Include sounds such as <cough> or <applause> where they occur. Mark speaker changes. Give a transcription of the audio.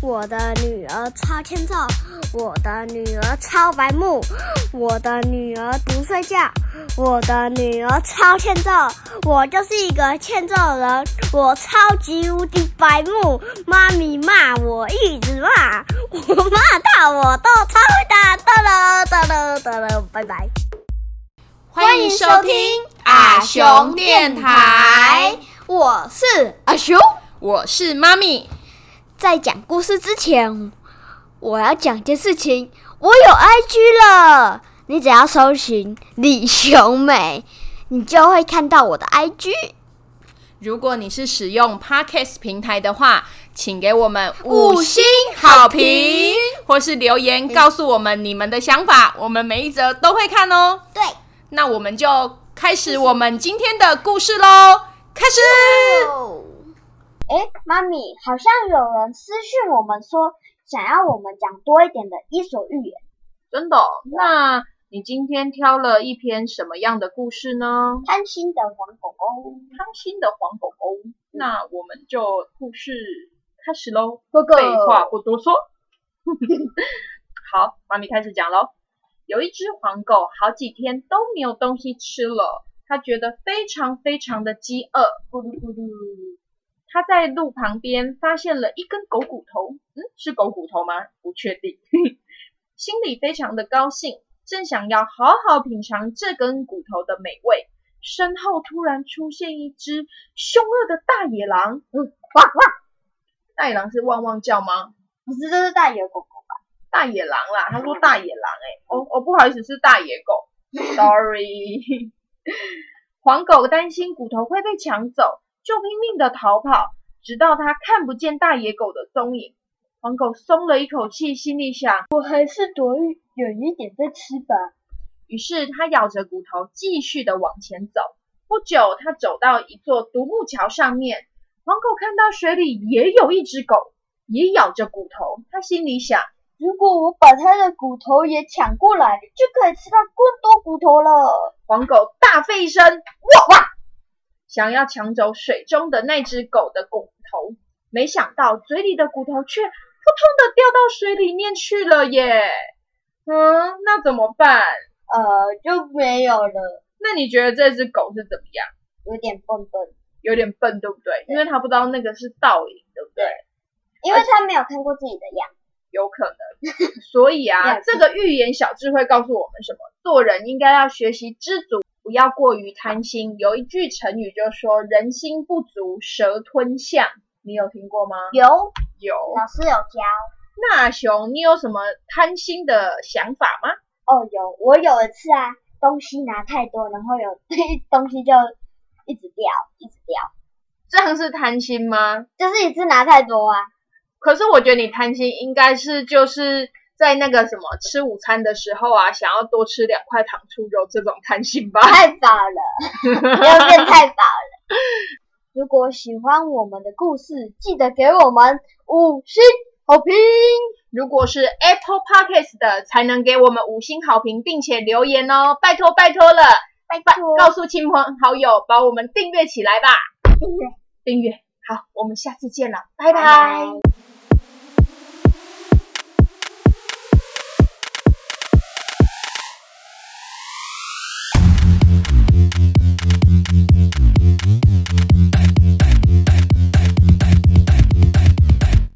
Speaker 1: 我的女儿超欠揍，我的女儿超白目，我的女儿不睡觉，我的女儿超欠揍，我就是一个欠揍人，我超级无敌白目，妈咪骂我一直骂，我骂到我都超会打，哒了哒了哒了，拜拜。
Speaker 2: 欢迎收听阿雄电台，
Speaker 1: 我是阿雄。
Speaker 2: 我是妈咪。
Speaker 1: 在讲故事之前，我要讲件事情。我有 IG 了，你只要搜寻李雄美，你就会看到我的 IG。
Speaker 2: 如果你是使用 Podcast 平台的话，请给我们
Speaker 1: 五星好评，
Speaker 2: 或是留言告诉我们你们的想法，我们每一则都会看哦。
Speaker 1: 对，
Speaker 2: 那我们就开始我们今天的故事喽，开始。
Speaker 3: 诶，妈咪，好像有人私讯我们说想要我们讲多一点的《伊索寓言》。
Speaker 2: 真的哦、那你今天挑了一篇什么样的故事呢？
Speaker 3: 贪心的黄狗狗，
Speaker 2: 贪心的黄狗狗。那我们就故事开始喽。
Speaker 3: 哥哥，
Speaker 2: 废话不多说。 <laughs> 好，妈咪开始讲喽。有一只黄狗，好几天都没有东西吃了，它觉得非常非常的饥饿。咕噜咕噜。它在路旁边发现了一根狗骨头，嗯，是狗骨头吗？不确定。 <laughs> 心里非常的高兴，正想要好好品尝这根骨头的美味，身后突然出现一只凶恶的大野狼。嗯，
Speaker 3: 汪汪，
Speaker 2: 大野狼是汪汪叫吗？
Speaker 3: 不是，这是大野狗狗吧？
Speaker 2: 大野狼啦，他说大野狼、欸，哦哦，不好意思，是大野狗，sorry。黄狗担心骨头会被抢走，就拼命的逃跑，直到它看不见大野狗的踪影。黄狗松了一口气，心里想，
Speaker 3: 我还是躲远一点再吃吧。
Speaker 2: 于是它咬着骨头继续的往前走。不久，它走到一座独木桥上面，黄狗看到水里也有一只狗，也咬着骨头。它心里想。
Speaker 3: 如果我把它的骨头也抢过来，就可以吃到更多骨头了。
Speaker 2: 黄狗大吠一声，哇哇，想要抢走水中的那只狗的骨头，没想到嘴里的骨头却扑通的掉到水里面去了耶。嗯，那怎么办？
Speaker 3: 呃，就没有了，
Speaker 2: 那你觉得这只狗是怎么样？
Speaker 3: 有点笨笨，
Speaker 2: 有点笨，对不对？因为它不知道那个是倒影，对不对？
Speaker 3: 因为它没有看过自己的样子。
Speaker 2: 有可能。所以啊，
Speaker 3: 了
Speaker 2: <laughs>
Speaker 3: 解
Speaker 2: 这个寓言小智慧告诉我们什么？做人应该要学习知足，不要过于贪心。有一句成语就说“人心不足蛇吞象”，你有听过吗？
Speaker 3: 有，
Speaker 2: 有。啊
Speaker 3: 老师有教。
Speaker 2: 那熊，你有什么贪心的想法吗？
Speaker 3: 哦，有，我有一次啊，东西拿太多，然后有 <laughs> 东西就一直掉，一直掉，
Speaker 2: 这样是贪心吗？
Speaker 3: 就是一次拿太多啊。
Speaker 2: 可是我觉得你贪心应该是就是在那个什么吃午餐的时候啊，想要多吃两块糖醋肉这种贪心吧。
Speaker 3: 太饱了，又变太饱了。如果喜欢我们的故事，记得给我们五星好评。
Speaker 2: 如果是 Apple Podcast 的，才能给我们五星好评，并且留言哦，拜托拜托了，
Speaker 3: 拜
Speaker 2: 拜
Speaker 3: 托，
Speaker 2: 告诉亲朋好友，把我们订阅起来吧，订阅，好，我们下次见了，拜
Speaker 3: 拜
Speaker 2: 拜
Speaker 3: 拜。